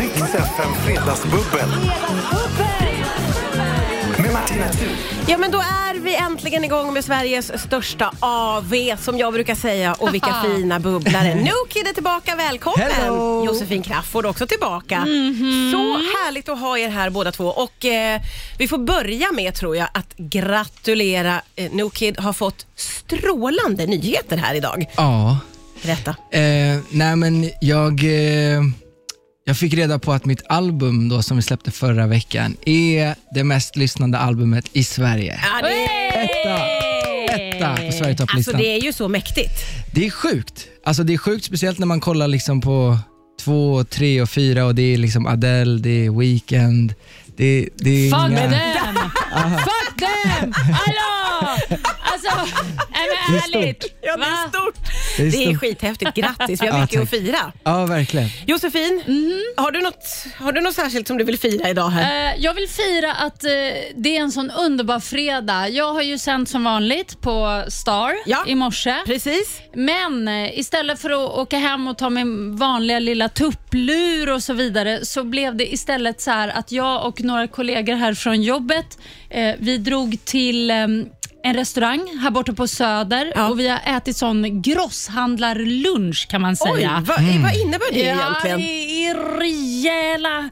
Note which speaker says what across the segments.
Speaker 1: Rix FM Fredagsbubbel med Martina Thun.
Speaker 2: Ja, men då är vi äntligen igång med Sveriges största AV som jag brukar säga och vilka fina bubblare. Nokid är tillbaka, välkommen!
Speaker 3: Hello. Mhm.
Speaker 2: Josefin Crafoord också tillbaka. Så härligt att ha er här båda två och eh, vi får börja med tror jag att gratulera. Eh, Nokid har fått strålande nyheter här idag.
Speaker 3: Ja.
Speaker 2: Berätta.
Speaker 3: Eh, nej men jag, eh, jag fick reda på att mitt album då som vi släppte förra veckan är det mest lyssnande albumet i Sverige.
Speaker 2: Ja, det,
Speaker 3: Etta! Etta på
Speaker 2: alltså
Speaker 3: Sverigetopplistan.
Speaker 2: det är ju så mäktigt.
Speaker 3: Det är sjukt. Alltså det är sjukt speciellt när man kollar liksom på två, tre och fyra och det är liksom Adele, det är Weekend, det, det är
Speaker 4: Fuck
Speaker 3: inga...
Speaker 4: them! Fuck them! Hallå! Alltså, nej men
Speaker 3: Det är stort.
Speaker 4: ärligt.
Speaker 2: Ja, det är
Speaker 4: Va?
Speaker 2: stort.
Speaker 3: Det är
Speaker 2: Det är
Speaker 3: stort.
Speaker 2: skithäftigt. Grattis, vi har
Speaker 3: Ja,
Speaker 2: mycket
Speaker 3: tack.
Speaker 2: att fira.
Speaker 3: Ja, verkligen.
Speaker 2: Josefin, har, du något, har du något särskilt som du vill fira idag här?
Speaker 4: Mm. Eh, jag vill fira att eh, det är en sån underbar fredag. Jag har ju sänt som vanligt på Star
Speaker 2: Ja.
Speaker 4: i morse.
Speaker 2: Precis.
Speaker 4: Men eh, istället för att åka hem och ta min vanliga lilla tupplur och så vidare så blev det istället så här att jag och några kollegor här från jobbet, eh, vi drog till eh, en restaurang här borta på Söder
Speaker 2: Ja.
Speaker 4: och vi har ätit sån grosshandlarlunch kan man
Speaker 2: Oj,
Speaker 4: säga.
Speaker 2: vad,
Speaker 3: Mm.
Speaker 2: vad innebär det egentligen?
Speaker 4: det är rejäla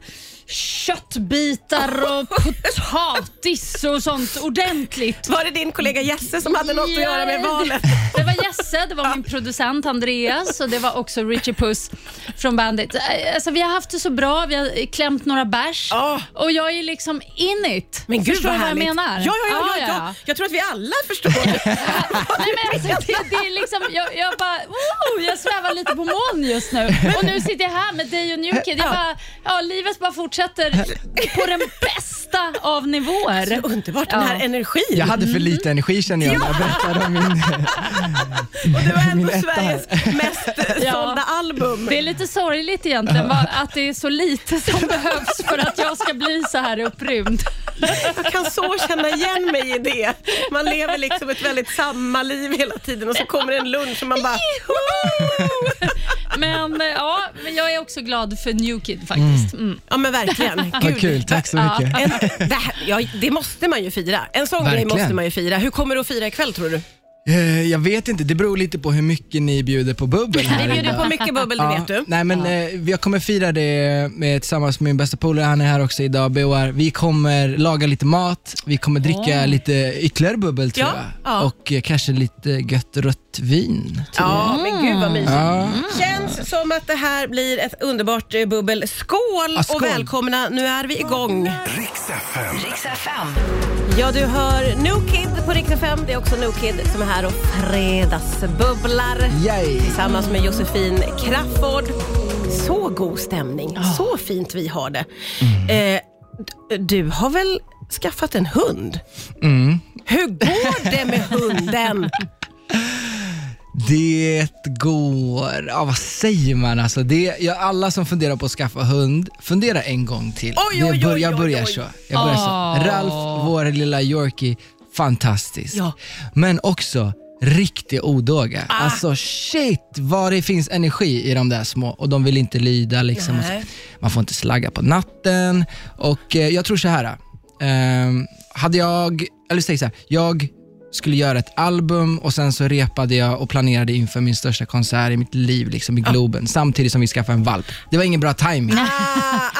Speaker 4: köttbitar och potatis och sånt ordentligt.
Speaker 2: Var det din kollega Jesse som hade något att göra med
Speaker 4: Ja,
Speaker 2: valet?
Speaker 4: Det var Jesse, det var min producent Andreas och det var också Richie Puss från bandet. Alltså, vi har haft det så bra, vi har klämt några bärs
Speaker 2: Ja.
Speaker 4: och jag är liksom in it.
Speaker 2: Men gud
Speaker 4: Förstår
Speaker 2: vad
Speaker 4: du vad jag
Speaker 2: härligt.
Speaker 4: menar?
Speaker 2: Ja, ja, ja,
Speaker 4: Ah,
Speaker 2: ja, ja. Jag tror att vi alla förstår.
Speaker 4: Nej, men alltså, det, det är liksom, jag, jag bara, wow, jag svävar lite på moln just nu. Och nu sitter jag här med dig och Newkid. Jag bara, ja, livet bara fortsätter på den bästa av nivåer.
Speaker 2: Underbart, den
Speaker 4: Ja.
Speaker 2: här energin.
Speaker 3: Jag hade för lite energi känner jag när jag berättade om min...
Speaker 2: Och det var ändå
Speaker 3: Min etta
Speaker 2: Sveriges mest
Speaker 4: Ja.
Speaker 2: sålda album.
Speaker 4: Det är lite sorgligt egentligen va, att det är så lite som behövs för att jag ska bli så här upprymd.
Speaker 2: Jag kan så känna igen mig i det. Man lever liksom ett väldigt samma liv hela tiden och så kommer en lunch och man bara...
Speaker 4: Men eh, ja, men jag är också glad för New Kid faktiskt. Mm.
Speaker 2: Ja men verkligen.
Speaker 3: Vad kul, tack så mycket.
Speaker 2: En, det, här, ja, det måste man ju fira. En sån grej
Speaker 3: Verkligen.
Speaker 2: måste man ju fira. Hur kommer du att fira ikväll tror du?
Speaker 3: Eh, Jag vet inte, det beror lite på hur mycket ni bjuder på bubbel här
Speaker 2: Vi bjuder
Speaker 3: idag.
Speaker 2: på mycket bubbel, det vet du.
Speaker 3: Nej, men, eh, jag kommer fira det med, tillsammans med min bästa polare, han är här också idag, BOR. Vi kommer laga lite mat, vi kommer dricka lite ytterligare bubbel tror
Speaker 2: Ja,
Speaker 3: jag.
Speaker 2: ja.
Speaker 3: Och eh, kanske lite gött rött vin. Tror jag.
Speaker 2: Ja, men gud vad mysigt.
Speaker 3: Ja.
Speaker 2: Mm. Känns som att det här blir ett underbart eh, bubbel. Skål,
Speaker 3: Ja, skål.
Speaker 2: och välkomna, nu är vi igång.
Speaker 1: Rix FM.
Speaker 2: Ja, du hör No Kid på Rix FM. Det är också No Kid som är här och fredagsbubblar.
Speaker 3: Yay.
Speaker 2: Tillsammans med Josefin Crafoord. Så god stämning, så fint vi har det. Eh, d- du har väl skaffat en hund?
Speaker 3: Mm.
Speaker 2: Hur går det med hunden?
Speaker 3: Det går... Ja, vad säger man? Alltså, det, ja, alla som funderar på att skaffa hund, fundera en gång till.
Speaker 2: Oj, oj,
Speaker 3: Det bör-
Speaker 2: oj,
Speaker 3: jag
Speaker 2: oj,
Speaker 3: börjar
Speaker 2: oj. Ah.
Speaker 3: så. Jag börjar så.
Speaker 4: Åh.
Speaker 3: Ralf, vår lilla Yorkie, fantastisk.
Speaker 2: Ja. Ah.
Speaker 3: Men också riktig odåga. Alltså shit vad det finns energi i de där små och de vill inte lyda. Liksom.
Speaker 2: Nej.
Speaker 3: Man får inte slagga på natten. Och eh, jag tror så här. Eh, hade jag, eller säg så här, jag skulle göra ett album och sen så repade jag och planerade inför min största konsert i mitt liv liksom i Globen samtidigt som vi skaffade en valp. Det var ingen bra timing.
Speaker 2: Ah,
Speaker 3: var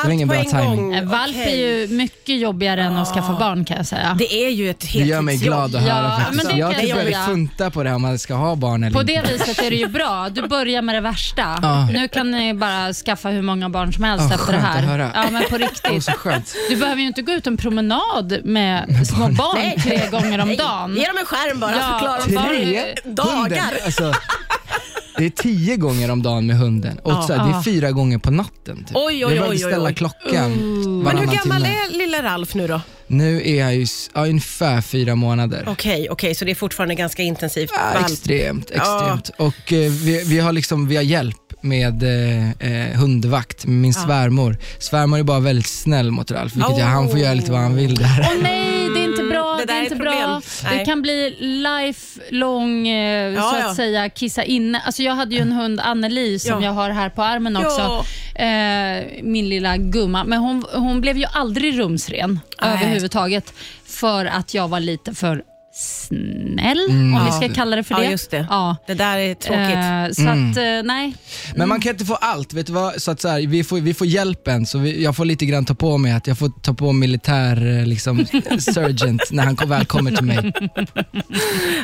Speaker 2: allt
Speaker 3: ingen
Speaker 2: på
Speaker 3: bra
Speaker 2: en
Speaker 3: timing.
Speaker 2: gång.
Speaker 4: Eh, Valp
Speaker 2: Okej.
Speaker 4: är ju mycket jobbigare än att skaffa barn kan jag säga.
Speaker 2: Det är ju ett
Speaker 3: Det
Speaker 2: heltidsjobb.
Speaker 3: gör mig glad att höra
Speaker 4: Ja,
Speaker 3: faktiskt.
Speaker 4: men det
Speaker 3: Jag
Speaker 4: kan
Speaker 3: typ
Speaker 4: jag
Speaker 3: började
Speaker 4: säga.
Speaker 3: funta på det här om man ska ha barn eller
Speaker 4: På
Speaker 3: inte.
Speaker 4: det viset är det ju bra. Du börjar med det värsta.
Speaker 3: Ja.
Speaker 4: Nu kan ni bara skaffa hur många barn som helst
Speaker 3: Ja,
Speaker 4: efter det
Speaker 3: skönt
Speaker 4: här.
Speaker 3: att höra.
Speaker 4: Ja, men på
Speaker 3: Det var
Speaker 4: riktigt.
Speaker 3: så skönt.
Speaker 4: Du behöver ju inte gå ut en promenad med små barn tre gånger om dagen.
Speaker 2: Ge dem en skärm bara så
Speaker 4: Ja.
Speaker 2: klarar de
Speaker 4: Tre?
Speaker 2: bara
Speaker 3: Tre
Speaker 4: Barn-
Speaker 2: dagar.
Speaker 3: Hunden, alltså, det är tio gånger om dagen med hunden och så här, det är
Speaker 4: Ja.
Speaker 3: fyra gånger på natten. Typ.
Speaker 2: Oj, oj,
Speaker 3: jag behöver
Speaker 2: oj, oj,
Speaker 3: ställa
Speaker 2: oj. Mm.
Speaker 3: klockan
Speaker 2: Men hur
Speaker 3: varannan
Speaker 2: gammal
Speaker 3: timme.
Speaker 2: är lilla Ralf nu då?
Speaker 3: Nu är jag ju, s- ja, ungefär fyra månader.
Speaker 2: Okej, okej, så det är fortfarande ganska intensivt.
Speaker 3: Ja,
Speaker 2: Valp.
Speaker 3: extremt, extremt. Och eh, vi, vi har liksom, vi har hjälp med eh, eh, hundvakt, med min svärmor. Svärmor är bara väldigt snäll mot Ralf, vilket jag, han får
Speaker 2: Oh.
Speaker 3: göra lite vad han vill där.
Speaker 4: Åh nej, det är inte bra.
Speaker 2: Mm. Det där
Speaker 4: Det, det är
Speaker 2: är
Speaker 4: inte
Speaker 2: ett
Speaker 4: bra.
Speaker 2: problem.
Speaker 4: Det
Speaker 2: Nej.
Speaker 4: kan bli lifelong, eh, så att
Speaker 2: ja.
Speaker 4: säga, kissa inne. Alltså jag hade ju en hund, Anneli, som
Speaker 2: Ja.
Speaker 4: jag har här på armen
Speaker 2: Ja.
Speaker 4: också. Eh, min lilla gumma. Men hon, hon blev ju aldrig rumsren
Speaker 2: Nej.
Speaker 4: överhuvudtaget för att jag var lite för snäll, om vi ska kalla det för det.
Speaker 2: Mm. Ja, just det.
Speaker 4: Ja.
Speaker 2: Det där är tråkigt. Mm.
Speaker 4: Eh, så att, eh, nej.
Speaker 3: Men man kan inte få allt. Vet du vad? Så att så här, vi, får, vi får hjälpen, så vi, jag får lite grann ta på mig att jag får ta på militär eh, liksom, sergeant när han kom- väl kommer till mig.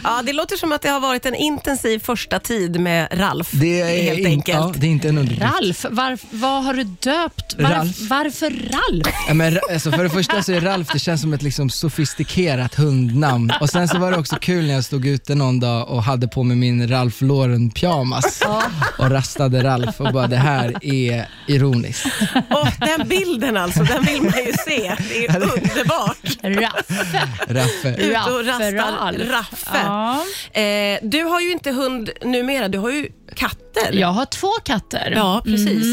Speaker 2: Ja, det låter som att det har varit en intensiv första tid med Ralf.
Speaker 3: Det är,
Speaker 2: helt
Speaker 3: in-
Speaker 2: enkelt.
Speaker 3: Ja, det är inte en underdrift.
Speaker 4: Ralf, var, vad har du döpt? Varf,
Speaker 3: Ralf.
Speaker 4: Varför Ralf?
Speaker 3: Ja, men, Ra- alltså, för det första så är Ralf, det känns som ett liksom, sofistikerat hundnamn. Och sen så var det också kul när jag stod ute någon dag och hade på mig min Ralph Lauren pyjamas och rastade Ralf och bara det här är ironiskt.
Speaker 2: Åh, den bilden alltså, den vill man ju se. Det är underbart.
Speaker 4: Ralf.
Speaker 3: Raffe.
Speaker 2: Ute och
Speaker 4: Raffe,
Speaker 2: rastar
Speaker 4: Ralf.
Speaker 2: Raffe.
Speaker 4: Ja.
Speaker 2: Eh, du har ju inte hund numera, du har ju katter.
Speaker 4: Jag har två katter.
Speaker 2: Ja, precis.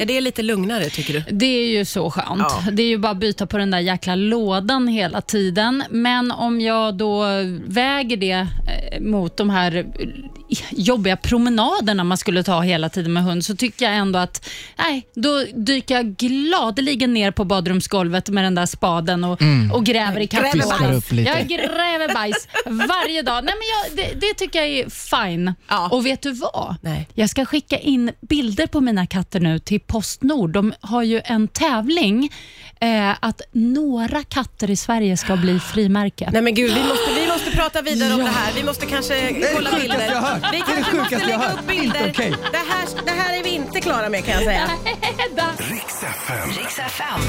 Speaker 2: Är det lite lugnare tycker du?
Speaker 4: Det är ju så skönt.
Speaker 2: Ja.
Speaker 4: Det är ju bara att byta på den där jäkla lådan hela tiden. Men om jag då väger det eh, mot de här eh, jobbiga promenaderna man skulle ta hela tiden med hund så tycker jag ändå att nej, då dyker jag gladeligen ner på badrumsgolvet med den där spaden och, och gräver i
Speaker 3: Fiskar
Speaker 4: kattlådan.
Speaker 3: Mm. upp lite.
Speaker 4: Jag gräver bajs varje dag. Nej, men jag, det, det tycker jag är fine.
Speaker 2: Ja.
Speaker 4: Och vet du vad?
Speaker 2: Nej.
Speaker 4: Jag ska skicka in bilder på mina katter nu till Postnord. De har ju en tävling eh, att några katter i Sverige ska bli frimärke.
Speaker 2: Nej men gud, vi måste, vi måste prata vidare om det här. Vi måste kanske
Speaker 3: det
Speaker 2: kolla
Speaker 3: sjukaste
Speaker 2: bilder.
Speaker 3: jag hört. Det
Speaker 2: Vi
Speaker 3: är
Speaker 2: kanske
Speaker 3: det sjukaste
Speaker 2: måste
Speaker 3: jag
Speaker 2: lägga
Speaker 3: hört.
Speaker 2: upp
Speaker 3: Inte
Speaker 2: bilder.
Speaker 3: okej.
Speaker 2: Det, här, det här är vi inte klara med kan jag säga.
Speaker 1: Riks FM.
Speaker 5: Riks FM.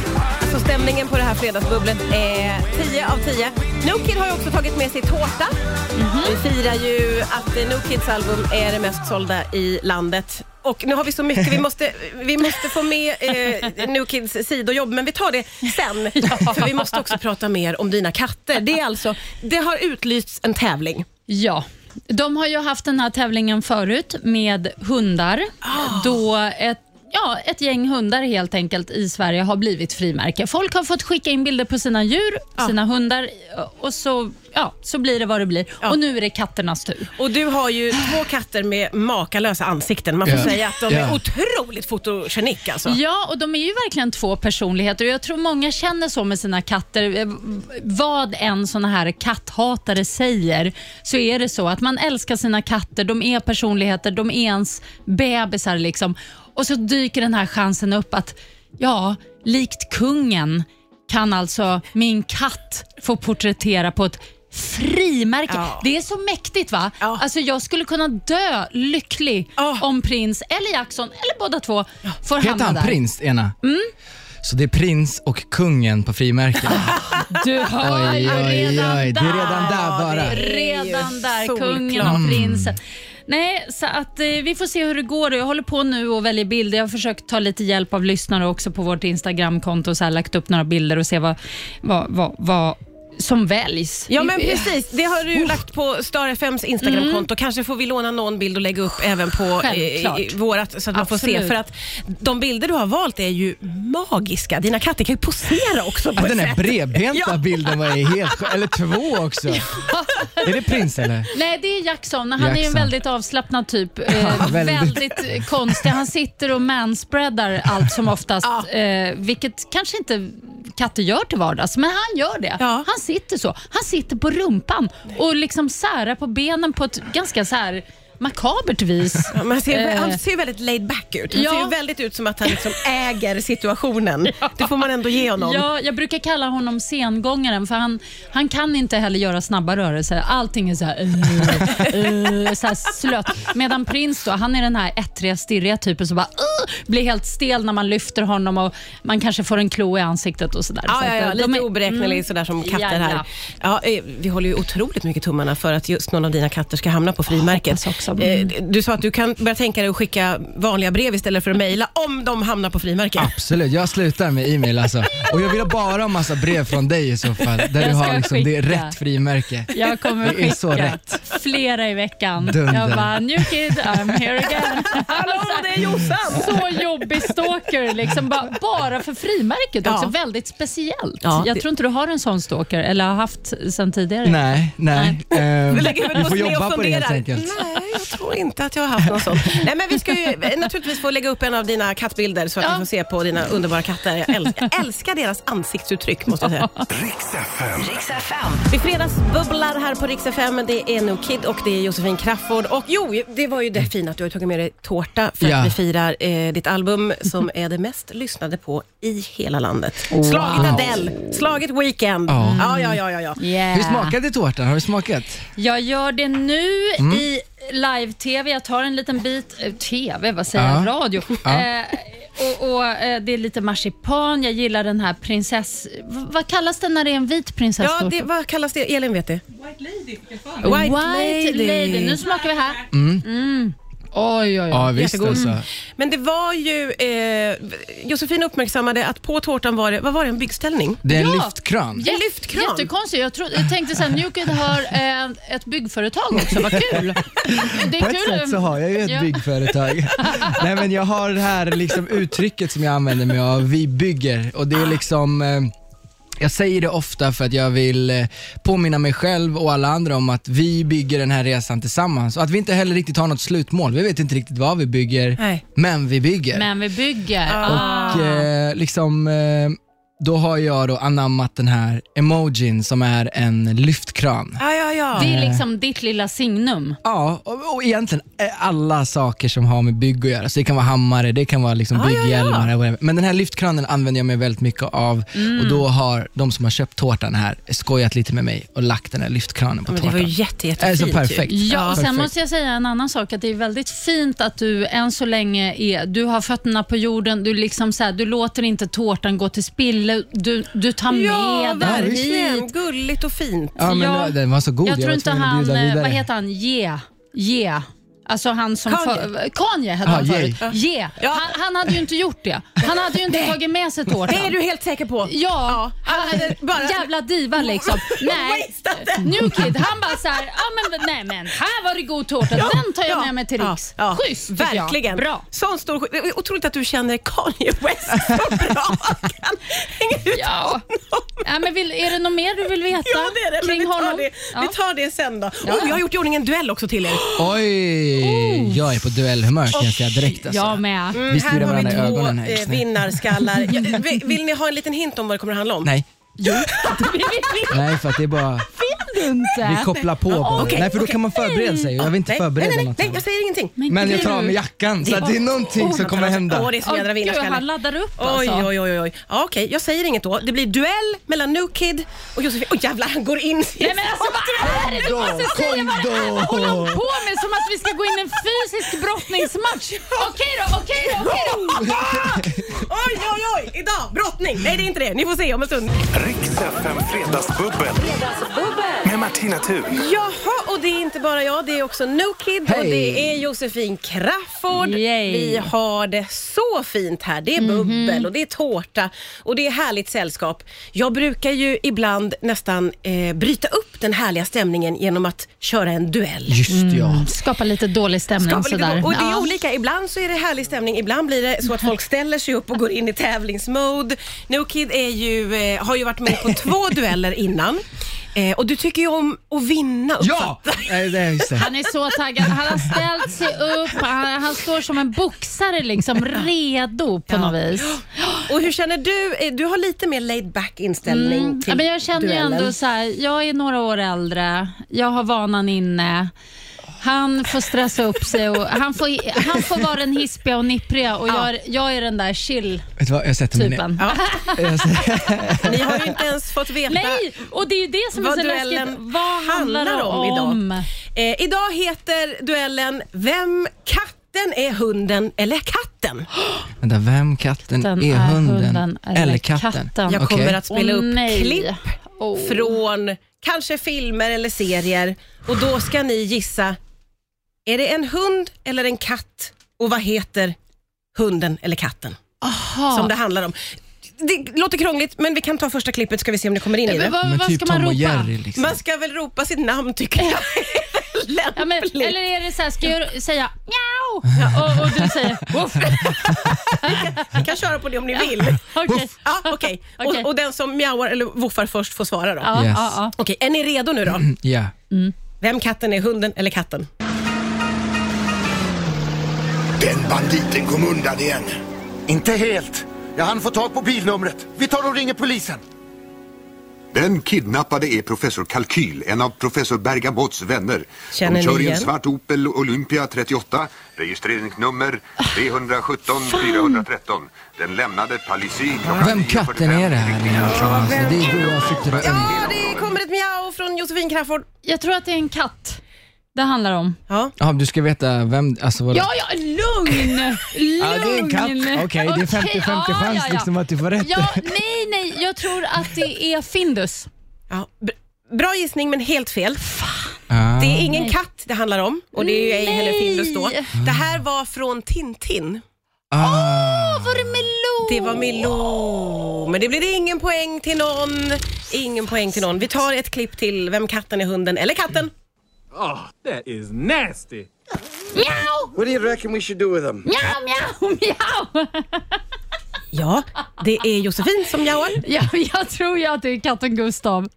Speaker 2: Så stämningen på det här fredagsbubblet är 10 av 10. Nokid har ju också tagit med sig tårta.
Speaker 3: Mhm.
Speaker 2: Vi firar ju att eh, Nokids album är det mest sålda i landet. Och nu har vi så mycket, vi måste, vi måste få med eh, Nokids sidojobb, men vi tar det sen. För vi måste också prata mer om dina katter. Det är alltså, det har utlysts en tävling.
Speaker 4: Ja. De har ju haft den här tävlingen förut med hundar. Då ett Ja, ett gäng hundar helt enkelt i Sverige har blivit frimärke. Folk har fått skicka in bilder på sina djur, sina hundar och så, ja, så blir det vad det blir. Och nu är det katternas tur.
Speaker 2: Och du har ju två katter med makalösa ansikten. Man får
Speaker 3: Ja.
Speaker 2: säga att de
Speaker 3: Ja.
Speaker 2: är otroligt fotogenik alltså.
Speaker 4: Ja, och de är ju verkligen två personligheter och jag tror många känner så med sina katter. Eh, Vad en sån här katthatare säger så är det så att man älskar sina katter, de är personligheter, de är ens bebisar liksom. Och så dyker den här chansen upp att, ja, likt kungen kan alltså min katt få porträttera på ett frimärke.
Speaker 2: Ja.
Speaker 4: Det är så mäktigt va?
Speaker 2: Ja.
Speaker 4: Alltså jag skulle kunna dö lycklig
Speaker 2: Ja.
Speaker 4: om prins eller Jackson eller båda två får
Speaker 3: Heter han
Speaker 4: hamna där.
Speaker 3: prins, ena? Så det är prins och kungen på frimärken.
Speaker 4: Du hör ju redan
Speaker 3: Det är redan
Speaker 4: där.
Speaker 3: där Mm. bara.
Speaker 4: Redan där,
Speaker 2: Solklart.
Speaker 4: kungen och prinsen. Nej, så att eh, vi får se hur det går. Jag håller på nu och väljer bilder. Jag har försökt ta lite hjälp av lyssnare också på vårt Instagramkonto och så här, lagt upp några bilder och se vad, vad, vad, vad som väljs.
Speaker 2: Ja men precis, det har du ju lagt på Star FMs
Speaker 4: Mm.
Speaker 2: Instagramkonto. Kanske får vi låna någon bild och lägga upp även på eh,
Speaker 4: Självklart.
Speaker 2: i vårat så att man får se.
Speaker 4: Absolut.
Speaker 2: För att de bilder du har valt är ju magiska. Dina katter kan ju posera också på
Speaker 3: Ja,
Speaker 2: ett
Speaker 3: den där
Speaker 2: sätt.
Speaker 3: bredbenta
Speaker 2: Ja.
Speaker 3: bilden var ju helt Eller två också. Är det prins eller?
Speaker 4: Nej, det är Jackson. Han är ju en
Speaker 3: Jackson.
Speaker 4: väldigt avslappnad typ. Eh,
Speaker 3: Väldigt.
Speaker 4: väldigt konstig. Han sitter och manspreadar allt som oftast, eh, vilket kanske inte katter gör till vardags, men han gör det.
Speaker 2: Ja.
Speaker 4: Han sitter så. Han sitter på rumpan och liksom särar på benen på ett ganska så här makabert vis.
Speaker 2: Ja, men han, ser,
Speaker 4: Eh.
Speaker 2: han ser ju väldigt laid back ut. Han
Speaker 4: Ja.
Speaker 2: ser ju väldigt ut som att han liksom äger situationen. Det får man ändå ge honom.
Speaker 4: Ja, jag brukar kalla honom sengångaren för han, han kan inte heller göra snabba rörelser. Allting är så här, eh, eh, så här slött. Medan prins då, han är den här ettriga, stirriga typen som bara eh, blir helt stel när man lyfter honom och man kanske får en klo i ansiktet och sådär.
Speaker 2: Ja, ja, ja, lite
Speaker 4: eh, är, mm.
Speaker 2: oberäknelig sådär som katter
Speaker 4: Ja,
Speaker 2: här.
Speaker 4: ja.
Speaker 2: Ja, eh, vi håller ju otroligt mycket tummarna för att just någon av dina katter ska hamna på frimärket.
Speaker 4: hoppas alltså också.
Speaker 2: Eh, Du sa att du kan börja tänka dig att skicka vanliga brev istället för att mejla om de hamnar på frimärket.
Speaker 3: Absolut, jag slutar med e-mail alltså. Och jag vill ha bara ha massa brev från dig i så fall. Där
Speaker 4: Jag
Speaker 3: du
Speaker 4: ska
Speaker 3: har liksom, det är
Speaker 4: skicka.
Speaker 3: rätt frimärke.
Speaker 4: Jag kommer
Speaker 3: Det är
Speaker 4: skicka
Speaker 3: så rätt.
Speaker 4: flera i veckan.
Speaker 3: Dunder.
Speaker 4: Jag bara, new kid, I'm here again. Alltså,
Speaker 2: Hallå, det är Jossan!
Speaker 4: Så jobbig stalker. stalker, liksom, ba, bara för frimärket också.
Speaker 2: Ja.
Speaker 4: Väldigt speciellt.
Speaker 2: Ja,
Speaker 4: jag
Speaker 2: det-
Speaker 4: tror inte du har en sån stalker, eller har haft sen tidigare.
Speaker 3: Nej, nej. Ehm,
Speaker 2: Du lägger
Speaker 3: vi
Speaker 2: huvudet
Speaker 3: får
Speaker 2: på sned
Speaker 3: jobba
Speaker 2: och
Speaker 3: på det helt
Speaker 2: funderar.
Speaker 3: enkelt.
Speaker 2: Nej, jag tror inte att jag har haft någon sån. Nej, men vi ska ju eh, naturligtvis få lägga upp en av dina kattbilder så att
Speaker 4: Ja.
Speaker 2: vi får se på dina underbara katter. Jag äl- jag älskar deras ansiktsuttryck måste jag säga.
Speaker 1: Riks FM.
Speaker 5: Riks FM.
Speaker 2: Vi fredagsbubblar här på Rix FM. Det är No Kid och det är Josefin Crafoord. Och jo, det var ju det fina att du har tagit med dig tårta för
Speaker 3: Ja.
Speaker 2: att vi firar eh, ditt album som är det mest lyssnade på i hela landet. Slaget Adele, slaget Weekend.
Speaker 3: Ja.
Speaker 2: Ja, ja, ja, ja, ja.
Speaker 4: Yeah.
Speaker 3: Hur smakade tårtan? Har du smakat?
Speaker 4: Jag gör det nu
Speaker 3: Mm.
Speaker 4: i live-tv. Jag tar en liten bit. eh, TV, vad säger
Speaker 3: Ja.
Speaker 4: jag? Radio.
Speaker 3: Ja.
Speaker 4: Eh, och, och, eh, det är lite marsipan. Jag gillar den här prinsess... v- Vad kallas den när det är en vit prinsess?
Speaker 2: Ja, det, vad kallas det? Elin vet det.
Speaker 4: White,
Speaker 2: White
Speaker 4: lady.
Speaker 2: lady.
Speaker 4: Nu smakar vi här. Mm. Oj, oj, oj.
Speaker 3: Ja, visst
Speaker 2: Jättegod.
Speaker 3: alltså.
Speaker 2: Men det var ju... Eh, Josefin uppmärksammade att på tårtan var det, vad var det, en byggställning?
Speaker 3: Det är en
Speaker 4: Ja.
Speaker 3: lyftkran.
Speaker 4: Jätte-
Speaker 2: lyftkran.
Speaker 4: Jättekonstigt. Jag, trodde, jag tänkte så här, Newkid har eh, ett byggföretag också. Vad kul. Det är
Speaker 3: På ett sätt så har jag ju ett
Speaker 4: Ja.
Speaker 3: byggföretag. Nej men jag har det här liksom uttrycket som jag använder mig av, vi bygger. Och det är liksom, eh, jag säger det ofta för att jag vill eh, påminna mig själv och alla andra om att vi bygger den här resan tillsammans. Och att vi inte heller riktigt har något slutmål. Vi vet inte riktigt vad vi bygger,
Speaker 2: Nej.
Speaker 3: men vi bygger.
Speaker 4: Men vi bygger. Ah.
Speaker 3: Och eh, liksom, eh, då har jag då anammat den här emojin som är en lyftkran.
Speaker 2: Ja, ja, ja. Mm.
Speaker 4: Det är liksom ditt lilla signum.
Speaker 3: Ja, och, och egentligen eh, alla saker som har med bygg att göra. Så det kan vara hammare, det kan vara liksom
Speaker 2: Ah,
Speaker 3: bygghjälmar.
Speaker 2: ja,
Speaker 3: whatever. Men den här lyftkranen använder jag mig väldigt mycket av
Speaker 2: Mm.
Speaker 3: och då har de som har köpt tårtan här skojat lite med mig och lagt den här lyftkranen på
Speaker 2: Men det
Speaker 3: tårtan.
Speaker 2: var ju jätte,
Speaker 3: Eh,
Speaker 2: jättefint.
Speaker 3: så
Speaker 2: ju.
Speaker 3: perfekt.
Speaker 4: Ja, och sen
Speaker 3: Perfekt.
Speaker 4: måste jag säga en annan sak, att det är väldigt fint att du än så länge är, du har fötterna på jorden, du, liksom så här, du låter inte tårtan gå till spille, du, du tar
Speaker 2: Ja,
Speaker 4: med den
Speaker 2: verkligen.
Speaker 4: hit.
Speaker 2: Gulligt och fint.
Speaker 3: Ja, men
Speaker 4: Ja.
Speaker 3: den var så god.
Speaker 4: Jag tror
Speaker 3: var
Speaker 4: inte
Speaker 3: tvungen att
Speaker 4: han,
Speaker 3: bjuda
Speaker 4: eh,
Speaker 3: vidare.
Speaker 4: vad heter han, Ge, Ge. Alltså han som...
Speaker 2: Kanye.
Speaker 4: för- Kanye hette
Speaker 3: Ah,
Speaker 4: han förut.
Speaker 3: Ye.
Speaker 4: Ge.
Speaker 2: Ja.
Speaker 4: Han, han hade ju inte gjort det. Han hade ju inte tagit med sig tårtan.
Speaker 2: Det är du helt säker på?
Speaker 4: Ja,
Speaker 2: han hade bara...
Speaker 4: jävla diva liksom. Nej,
Speaker 2: Wasteat det.
Speaker 4: New Kid, han bara såhär, ja men nej men här var det god tårta, den tar jag med mig till Riks. Schysst tycker jag.
Speaker 2: Verkligen.
Speaker 4: Bra.
Speaker 2: Sån stor, det är otroligt att du känner Kanye West så bra. Jag kan hänga ut
Speaker 4: Ja.
Speaker 2: honom.
Speaker 4: Ja, men vill, är det något mer du vill veta
Speaker 2: Ja, det är det. Men
Speaker 4: kring
Speaker 2: vi, tar
Speaker 4: honom?
Speaker 2: det.
Speaker 4: Ja.
Speaker 2: vi tar det sen då.
Speaker 4: Ja.
Speaker 2: Oh, jag har gjort i ordning en duell också till er.
Speaker 3: Oj,
Speaker 2: Oh.
Speaker 3: jag är på duellhumör kan jag säga direkt. Alltså.
Speaker 4: Jag med.
Speaker 3: Vi stirrar
Speaker 2: har
Speaker 3: varandra i
Speaker 2: vi två
Speaker 3: ögonen här
Speaker 2: eh,
Speaker 3: just nu.
Speaker 2: vinnarskallar. Ja, eh, vi- vill ni ha en liten hint om vad det kommer att handla om?
Speaker 3: Nej.
Speaker 4: Vi vill
Speaker 3: Nej, för att det är bara, vi
Speaker 4: inte.
Speaker 3: kopplar på bara.
Speaker 2: okej,
Speaker 3: Nej, för då kan man förbereda sig och jag vill inte
Speaker 2: Nej, nej,
Speaker 3: förbereda
Speaker 2: nej, nej,
Speaker 3: något.
Speaker 2: nej, jag säger ingenting. alltså-
Speaker 3: Men jag tar av mig jackan, så att det är någonting som kommer hända.
Speaker 2: Åh, det är som
Speaker 4: Åh,
Speaker 2: jädra
Speaker 4: gud,
Speaker 2: vinnarskalle.
Speaker 4: han laddar upp
Speaker 2: Oj,
Speaker 4: alltså.
Speaker 2: oj, oj. oj. Ja, Okej, jag säger inget då. Det blir duell mellan New Kid och Josefin. Åh jävlar, han går in sist.
Speaker 4: Nej men alltså vad är det du måste säga? Vad
Speaker 3: då.
Speaker 4: håller hon på med? Som att vi ska gå in i en fysisk brottningsmatch. Okej då, okej då, okej då.
Speaker 2: Oj, oj, oj! Idag, brottning! Nej, det är inte det. Ni får se om en stund.
Speaker 1: Riks FM Fredagsbubbel. Med Martina Thun.
Speaker 2: Jaha, och det är inte bara jag. Det är också No Kid och
Speaker 3: Hej.
Speaker 2: det är Josefin Crafoord.
Speaker 4: Yay. Mhm.
Speaker 2: Vi har det så fint här. Det är bubbel och det är tårta och det är härligt sällskap. Jag brukar ju ibland nästan eh, bryta upp den härliga stämningen genom att köra en duell.
Speaker 3: Just
Speaker 2: Mm.
Speaker 3: ja.
Speaker 4: Skapa lite dålig stämning
Speaker 2: Skapa lite
Speaker 4: sådär.
Speaker 2: då- Och det är
Speaker 4: Ja.
Speaker 2: olika. Ibland så är det härlig stämning, ibland blir det så att folk ställer sig upp och går in i tävlingsmode. No Kid är ju, eh, har ju varit med på två dueller innan. Eh, och du tycker ju om att vinna
Speaker 3: Ja!
Speaker 2: uppfattar jag.
Speaker 3: Nej, det är just det.
Speaker 4: Han är så taggad. Han har ställt sig upp. Han, han står som en boxare liksom, redo på något vis.
Speaker 2: Och hur känner du? Eh, Du har lite mer laid back inställning till
Speaker 4: Mm. Ja, men jag känner ju
Speaker 2: duellen.
Speaker 4: ändå så här, jag är några år äldre, jag har vanan inne. Han får stressa upp sig och han får, han får vara den hispiga och nippriga och jag, är- jag är den där chill-typen.
Speaker 3: Vet du vad, jag sätter mig ner. Jag sätter-
Speaker 2: Ni har ju inte ens fått veta
Speaker 4: Nej, och det är ju det som är
Speaker 2: vad
Speaker 4: så
Speaker 2: duellen
Speaker 4: läskigt. Vad handlar det
Speaker 2: handlar om,
Speaker 4: om?
Speaker 2: idag. Eh, idag heter duellen Vem katten är hunden eller katten?
Speaker 3: Vänta, vem katten,
Speaker 4: Den
Speaker 3: är hunden, eller katten?
Speaker 2: Jag kommer att spela
Speaker 4: Åh,
Speaker 2: upp
Speaker 4: nej.
Speaker 2: klipp
Speaker 4: Åh.
Speaker 2: från kanske filmer eller serier och då ska ni gissa. Är det en hund eller en katt och vad heter hunden eller katten som det handlar om? Det låter krångligt men vi kan ta första klippet ska vi se om det kommer in i
Speaker 4: Men
Speaker 2: det.
Speaker 4: vad,
Speaker 3: Men
Speaker 4: vad
Speaker 3: typ
Speaker 4: ska man
Speaker 3: Tom och
Speaker 4: ropa?
Speaker 3: Jerry liksom.
Speaker 2: Man ska väl ropa sitt namn tycker jag är väl
Speaker 4: Ja, men,
Speaker 2: lämpligt.
Speaker 4: eller är det så här, ska jag säga miau Wow! Ja, och, och du säger woof.
Speaker 2: Ni kan köra på det om ni vill.
Speaker 4: Okej.
Speaker 2: Ja, okej.
Speaker 4: Okej.
Speaker 2: Och, och den som mjauar eller voffar först får svara då.
Speaker 4: Ja,
Speaker 3: Yes.
Speaker 4: ja, ja.
Speaker 2: Okej, är ni redo nu då?
Speaker 3: Ja.
Speaker 2: Vem katten är, hunden eller katten?
Speaker 5: Den banditen kom undan igen.
Speaker 1: Inte helt.
Speaker 6: Jag hann få tag på bilnumret. Vi tar och ringer polisen.
Speaker 5: Den kidnappade är professor Kalkyl, en av professor Bergamotts vänner.
Speaker 2: Känner ni
Speaker 5: De kör i en
Speaker 2: igen?
Speaker 5: svart Opel Olympia 38, registreringsnummer
Speaker 2: Ah,
Speaker 5: 317 413. Den lämnade Palissy klockan
Speaker 3: Mm. Vem katten
Speaker 5: 9.45.
Speaker 3: är det här egentligen? Alltså, det är då jag sitter och undrar.
Speaker 2: Ja, det kommer ett mjau från Josefin Crafoord.
Speaker 4: Jag tror att det är en katt det handlar om.
Speaker 2: Ja.
Speaker 3: Ja, du ska veta vem, alltså vadå?
Speaker 4: Ja, ja, lugn! Lugn!
Speaker 3: Ja, det är en katt. Okej, det är 50-50
Speaker 4: Okej, ja,
Speaker 3: chans
Speaker 4: ja, ja.
Speaker 3: liksom att du får rätt.
Speaker 4: Ja, nej, nej, jag tror att det är Findus.
Speaker 2: Ja. b- Bra gissning, men helt fel.
Speaker 3: Ah.
Speaker 2: Det är ingen katt det handlar om och det är ju ej heller
Speaker 4: Nej.
Speaker 2: Findus då. Det här var från Tintin.
Speaker 3: Ah.
Speaker 4: Åh, var det Melon?
Speaker 2: Det var Milou. Men det blir ingen poäng till någon. Ingen poäng till någon. Vi tar ett klipp till Vem katten är hunden eller katten.
Speaker 7: Oh, That is nasty.
Speaker 4: Mjau,
Speaker 6: What do you reckon we should do with them?
Speaker 4: mjau, mjau, mjau.
Speaker 2: Ja, det är Josefin som mjauar.
Speaker 4: Ja, jag tror ju att det är katten Gustav.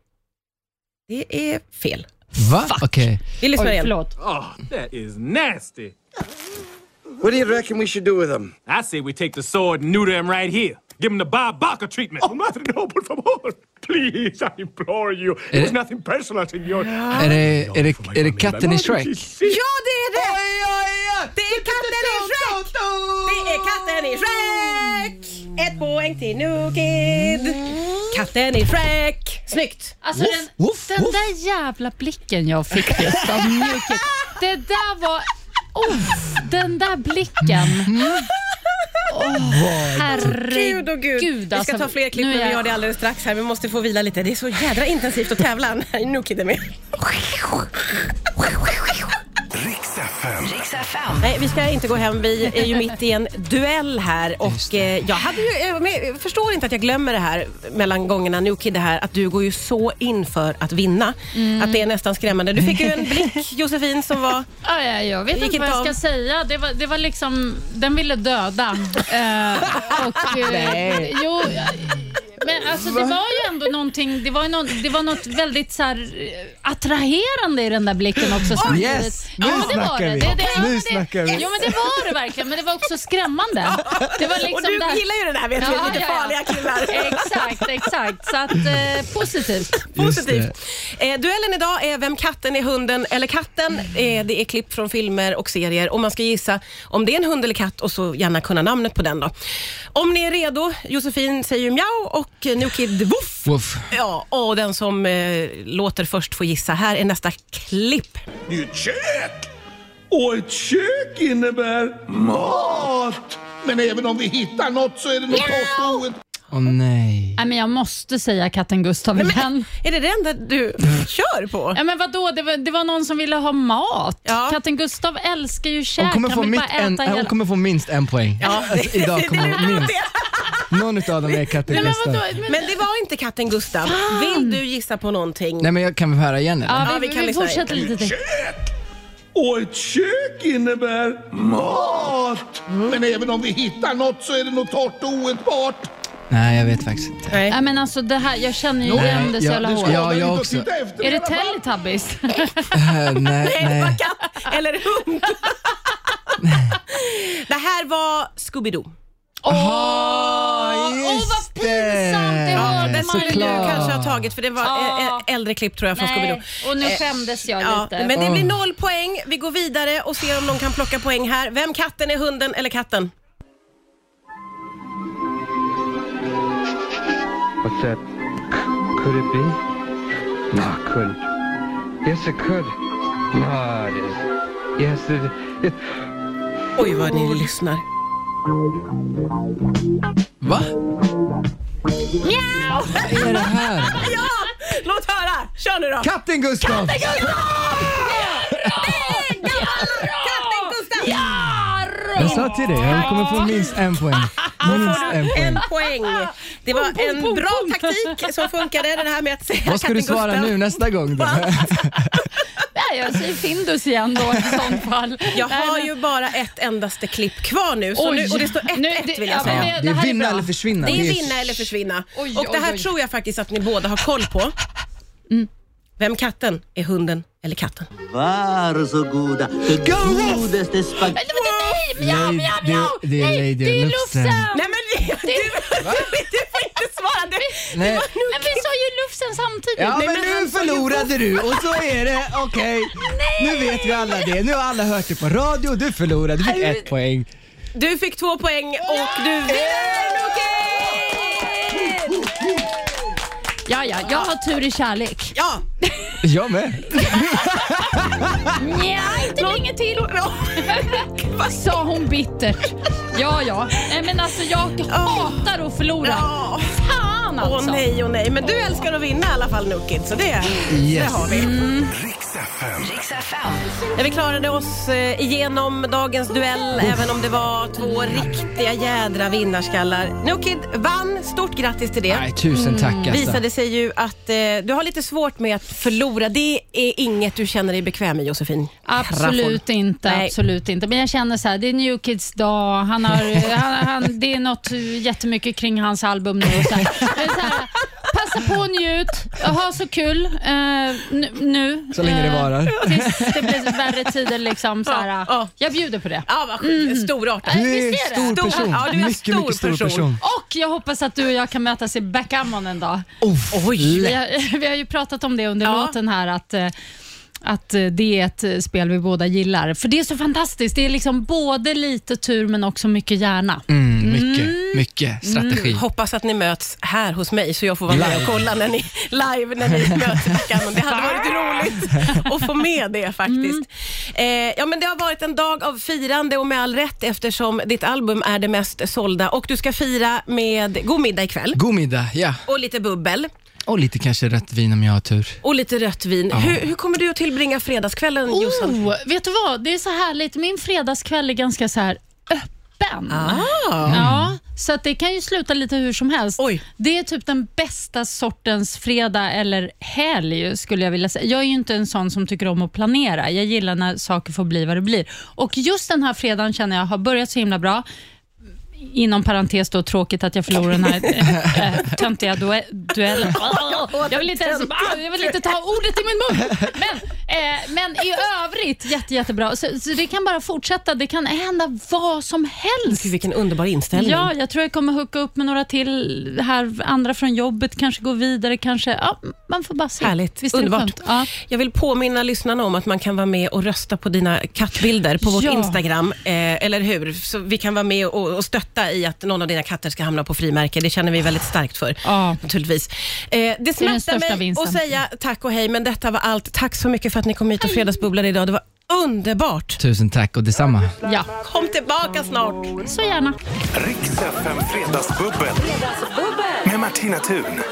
Speaker 2: Det är fel.
Speaker 3: Va? Okej.
Speaker 2: Vi lyssnar
Speaker 4: Oj,
Speaker 2: igen.
Speaker 4: förlåt.
Speaker 7: Oh, that is nasty.
Speaker 6: What do you reckon we should do with them?
Speaker 7: I say we take the sword and neuter him right here. Give him the Bob Barker treatment. Oh, Mother Noble, from favor. Please, I implore you. It was nothing personal, senor.
Speaker 3: Är, det, är, det, är det katten i Shrek?
Speaker 2: Ja, det är det! Det är katten i Shrek! Det är katten i Shrek! Ett poäng till Nukid. Katten i Shrek. Snyggt!
Speaker 4: Alltså den,
Speaker 3: woof,
Speaker 4: den
Speaker 3: woof.
Speaker 4: där jävla blicken jag fick just av mjuket. Det där var... Oh, den där blicken.
Speaker 3: Mm.
Speaker 4: Oh, herregud.
Speaker 2: Gud och gud. vi ska
Speaker 4: alltså,
Speaker 2: ta fler klipp
Speaker 4: nu är
Speaker 2: men vi
Speaker 4: jag-
Speaker 2: gör det alldeles strax här. Vi måste få vila lite. Det är så jädra intensivt att tävla när Nukid är med.
Speaker 1: Riks FM.
Speaker 2: Nej, vi ska inte gå hem. Vi är ju mitt i en duell här och eh, jag hade ju, eh, men jag förstår inte att jag glömmer det här mellan gångerna nu Kid, det här att du går ju så in för att vinna. Att det är nästan skrämmande. Du fick ju en blick Josefin som var,
Speaker 4: Ja, ja, jag vet
Speaker 2: Gick
Speaker 4: inte vad
Speaker 2: inte
Speaker 4: jag
Speaker 2: om.
Speaker 4: ska säga. Det var, det var liksom, den ville döda. Eh, och, eh,
Speaker 3: Nej.
Speaker 4: Jo, eh, men alltså det var ju ändå någonting, det var, ju någon, det var något väldigt så här, eh, attraherande i den där blicken också. samtidigt.
Speaker 3: yes.
Speaker 4: Ja,
Speaker 3: Nu
Speaker 4: men det var
Speaker 3: snackar
Speaker 4: det.
Speaker 3: vi.
Speaker 4: Det- det- ja,
Speaker 3: Nu
Speaker 4: men det-
Speaker 3: snackar vi.
Speaker 4: Jo men det var det verkligen, men det var också skrämmande. Det var liksom
Speaker 2: och du
Speaker 4: det här-
Speaker 2: gillar ju det där vet du, lite farliga killar.
Speaker 4: Exakt, exakt. Så att, eh, positivt.
Speaker 2: Positivt. Eh, duellen idag är Vem katten är hunden eller katten. Eh, det är klipp från filmer och serier och man ska gissa om det är en hund eller katt och så gärna kunna namnet på den då. Om ni är redo, Josefin säger ju mjau och eh, Nukid woof.
Speaker 3: Woof.
Speaker 2: Ja, och den som eh, låter först får gissa. Här är nästa klipp.
Speaker 8: Det är ett kök! Och ett kök innebär mat! Men även om vi hittar något så är det nog påståendet
Speaker 3: Åh nej.
Speaker 4: Nej, men jag måste säga katten Gustav igen.
Speaker 2: Är det det enda du kör på?
Speaker 4: Ja, men vadå? Det var, det var någon som ville ha mat.
Speaker 2: Ja.
Speaker 4: Katten Gustav älskar ju käk.
Speaker 3: Hon kommer,
Speaker 4: Han
Speaker 3: få
Speaker 4: vill
Speaker 3: mitt
Speaker 4: bara äta
Speaker 3: en,
Speaker 4: hela...
Speaker 3: hon kommer få minst en poäng.
Speaker 2: Ja.
Speaker 3: Alltså, idag kommer hon minst. Någon utav dem är katten
Speaker 4: Nej, men
Speaker 3: Gustav.
Speaker 4: vadå?
Speaker 3: Nej,
Speaker 4: Men,
Speaker 2: Men det var inte katten Gustav.
Speaker 3: Ah.
Speaker 2: Vill du gissa på någonting?
Speaker 3: men jag kan väl höra igen eller?
Speaker 4: ja,
Speaker 2: Ja, vi
Speaker 4: vi, vi,
Speaker 2: kan lyssna
Speaker 4: fortsätter lite till.
Speaker 8: kök! Och ett kök innebär mat! Men även om vi hittar något så är det nog torrt och oätbart.
Speaker 3: Nej, jag vet faktiskt inte.
Speaker 2: Nej.
Speaker 4: Ja, men alltså, det här, jag känner ju
Speaker 3: Nej,
Speaker 4: igen det så
Speaker 3: jag-
Speaker 4: jävla
Speaker 3: du
Speaker 4: hårt.
Speaker 3: ska- Ja,
Speaker 8: Men
Speaker 3: jag
Speaker 8: inte att
Speaker 3: också.
Speaker 8: titta efter
Speaker 4: Är
Speaker 8: i
Speaker 4: det
Speaker 8: alla fall.
Speaker 4: Teletubbies?
Speaker 3: Eh, nej,
Speaker 2: Nej, det var
Speaker 3: nej.
Speaker 2: katt eller hund. det här var Scooby-Doo.
Speaker 4: Åh, åh,
Speaker 3: just
Speaker 4: vad pinsamt! Det
Speaker 3: det.
Speaker 2: Ja,
Speaker 4: hörde
Speaker 2: den
Speaker 4: man
Speaker 2: skulle
Speaker 4: ju.
Speaker 2: du
Speaker 3: såklart.
Speaker 2: kanske ha tagit för det var
Speaker 4: Ja.
Speaker 2: ä- ä- äldre klipp tror jag från Scooby-Doo.
Speaker 4: Nej, och nu skämdes jag
Speaker 2: Ah. Ja, Mm.
Speaker 4: lite.
Speaker 2: men det blir noll poäng. Vi går vidare och ser om någon kan plocka poäng här. Vem katten är hunden eller katten?
Speaker 9: What's that? C- could it be? No, it couldn't. Yes, it could. No, it isn't. Yes, it, it
Speaker 2: Oj vad ni lyssnar.
Speaker 3: Va? Vad är det här?
Speaker 2: Ja! Låt höra! Kör nu då!
Speaker 3: Katten Gustav!
Speaker 2: Katten Gustav!
Speaker 3: Jag sa till dig, hon kommer få minst en poäng. Minst en poäng.
Speaker 2: En poäng. Det var en bra taktik som funkade, det här med att säga
Speaker 3: Vad ska
Speaker 2: katten
Speaker 3: du svara
Speaker 2: Gustav.
Speaker 3: nu nästa gång då?
Speaker 4: Nej, Nej, jag säger Findus igen då i sånt fall.
Speaker 2: Jag
Speaker 4: Nej,
Speaker 2: har
Speaker 4: men-
Speaker 2: ju bara ett endaste klipp kvar nu, så
Speaker 4: Oj.
Speaker 2: nu och det står
Speaker 4: Nu,
Speaker 2: 1-1
Speaker 4: det-
Speaker 2: vill
Speaker 4: ja,
Speaker 2: jag säga.
Speaker 4: men
Speaker 3: Det
Speaker 4: här
Speaker 3: är vinna
Speaker 4: bra.
Speaker 3: eller försvinna.
Speaker 2: Det är
Speaker 3: ju-
Speaker 2: vinna eller försvinna.
Speaker 4: Oj,
Speaker 2: och det här
Speaker 4: oj, Mm. oj.
Speaker 2: tror jag faktiskt att ni båda har koll på. Vem katten? Är hunden eller katten?
Speaker 10: Varsågoda, det godaste spaghetti...
Speaker 4: Nej, men det- Nej, mjau, mjau,
Speaker 3: Nej,
Speaker 4: mjau!
Speaker 3: det- det är
Speaker 4: Nej,
Speaker 3: Lady
Speaker 4: det är
Speaker 3: Lufsen.
Speaker 4: Lufsen!
Speaker 2: Nej men du, du, du får inte svara. Du,
Speaker 3: Nej.
Speaker 4: Men vi sa ju Lufsen samtidigt.
Speaker 3: Ja,
Speaker 4: Nej,
Speaker 3: men nu förlorade du och så är det okej. Nu vet vi alla det. Nu har alla hört det på radio. Du förlorade. Du fick ett poäng.
Speaker 2: du fick två poäng och du vinner Okej!
Speaker 4: Ja, ja, jag har tur i kärlek.
Speaker 2: Ja,
Speaker 3: Jag med.
Speaker 4: Nja, inte länge till. Vad sa hon bittert? Ja, ja. Nej, men alltså jag hatar att förlora.
Speaker 2: Ja.
Speaker 4: Fan
Speaker 2: åh
Speaker 4: alltså.
Speaker 2: nej, åh nej. Men du älskar att vinna i alla fall Nukid, så det, det har vi.
Speaker 3: Mm.
Speaker 1: Riks FM.
Speaker 2: Ja, Vi klarade oss eh, igenom dagens duell, även om det var två riktiga jädra vinnarskallar. Nukid vann, stort grattis till det.
Speaker 3: Nej, tusen tack alltså.
Speaker 2: visade sig ju att eh, du har lite svårt med att förlora. Det är inget du känner dig bekväm med, Josefin.
Speaker 4: Absolut
Speaker 2: Crafoord.
Speaker 4: inte,
Speaker 2: Nej.
Speaker 4: absolut inte. Men jag känner så här, det är New Kids dag, han har, han, han, det är något jättemycket kring hans album nu. Och så här. Men så här, passa på och njut, ha så kul eh, nu- nu.
Speaker 3: Så länge det
Speaker 4: Eh,
Speaker 3: varar.
Speaker 4: Tills det blir värre tider. Liksom, så här.
Speaker 2: Ja, ja.
Speaker 4: Jag bjuder på det.
Speaker 2: Ja, vad sjukt. Storartat.
Speaker 4: Nej,
Speaker 3: Du är en
Speaker 4: visst är det.
Speaker 3: stor person.
Speaker 2: Ja, du är en
Speaker 3: mycket,
Speaker 2: stor
Speaker 3: mycket stor
Speaker 2: person.
Speaker 3: person.
Speaker 4: Och jag hoppas att du och jag kan mötas i backgammon en dag.
Speaker 3: Oj.
Speaker 4: Vi har, vi har ju pratat om det under
Speaker 2: Ja.
Speaker 4: låten här, att, eh, att eh, det är ett eh, spel vi båda gillar. För det är så fantastiskt. Det är liksom både lite tur men också mycket hjärna.
Speaker 3: Mm, mycket, mycket strategi.
Speaker 4: Mm.
Speaker 2: Hoppas att ni möts här hos mig så jag får vara med och kolla när ni, live när ni möts i backgammon. Det hade varit roligt att få med det faktiskt.
Speaker 4: Mm.
Speaker 2: Eh, ja, men det har varit en dag av firande och med all rätt eftersom ditt album är det mest sålda och du ska fira med god middag ikväll
Speaker 3: God middag, ja.
Speaker 2: och lite bubbel
Speaker 3: Och lite kanske rött vin om jag har tur.
Speaker 2: och lite rött vin. Hur, hur kommer du att tillbringa fredagskvällen Jossan?
Speaker 4: Oh, vet du vad? Det är så härligt. Min fredagskväll är ganska så här öppen.
Speaker 2: Ah.
Speaker 4: Ja, så att det kan ju sluta lite hur som helst.
Speaker 2: Mm. Oj.
Speaker 4: Det är typ den bästa sortens fredag eller helg skulle jag vilja säga. Jag är ju inte en sån som tycker om att planera. Jag gillar när saker får bli vad det blir. Och just den här fredagen känner jag har börjat så himla bra. Inom parentes då, tråkigt att jag förlorar den här eh, eh, töntiga due- duellen. Jag vill, inte ens, Ah, jag vill inte ta ordet i min mun. Men, eh, men i övrigt jätte, jättebra. Så, så det kan bara fortsätta. Det kan hända vad som helst.
Speaker 2: Gud, vilken underbar inställning.
Speaker 4: Ja, jag tror jag kommer hooka upp med några till här, andra från jobbet, kanske gå vidare, kanske, ja, man får bara se.
Speaker 2: Härligt.
Speaker 4: Visst är det
Speaker 2: Underbart.
Speaker 4: skönt? Ja.
Speaker 2: Jag vill påminna lyssnarna om att man kan vara med och rösta på dina kattbilder på vårt
Speaker 4: Ja.
Speaker 2: Instagram. Eh, eller hur? Så vi kan vara med och, och stötta i att någon av dina katter ska hamna på frimärke. Det känner vi väldigt starkt för.
Speaker 4: Ja.
Speaker 2: Naturligtvis. Eh, det smärtar
Speaker 4: största
Speaker 2: mig
Speaker 4: vinsten.
Speaker 2: att säga tack och hej, men detta var allt. Tack så mycket för att ni kom hit och fredagsbubblade idag. Det var underbart.
Speaker 3: Tusen tack och detsamma.
Speaker 4: ja,
Speaker 2: Kom tillbaka snart.
Speaker 4: så gärna.
Speaker 1: Riks FM Fredagsbubbel. Med Martina Thun.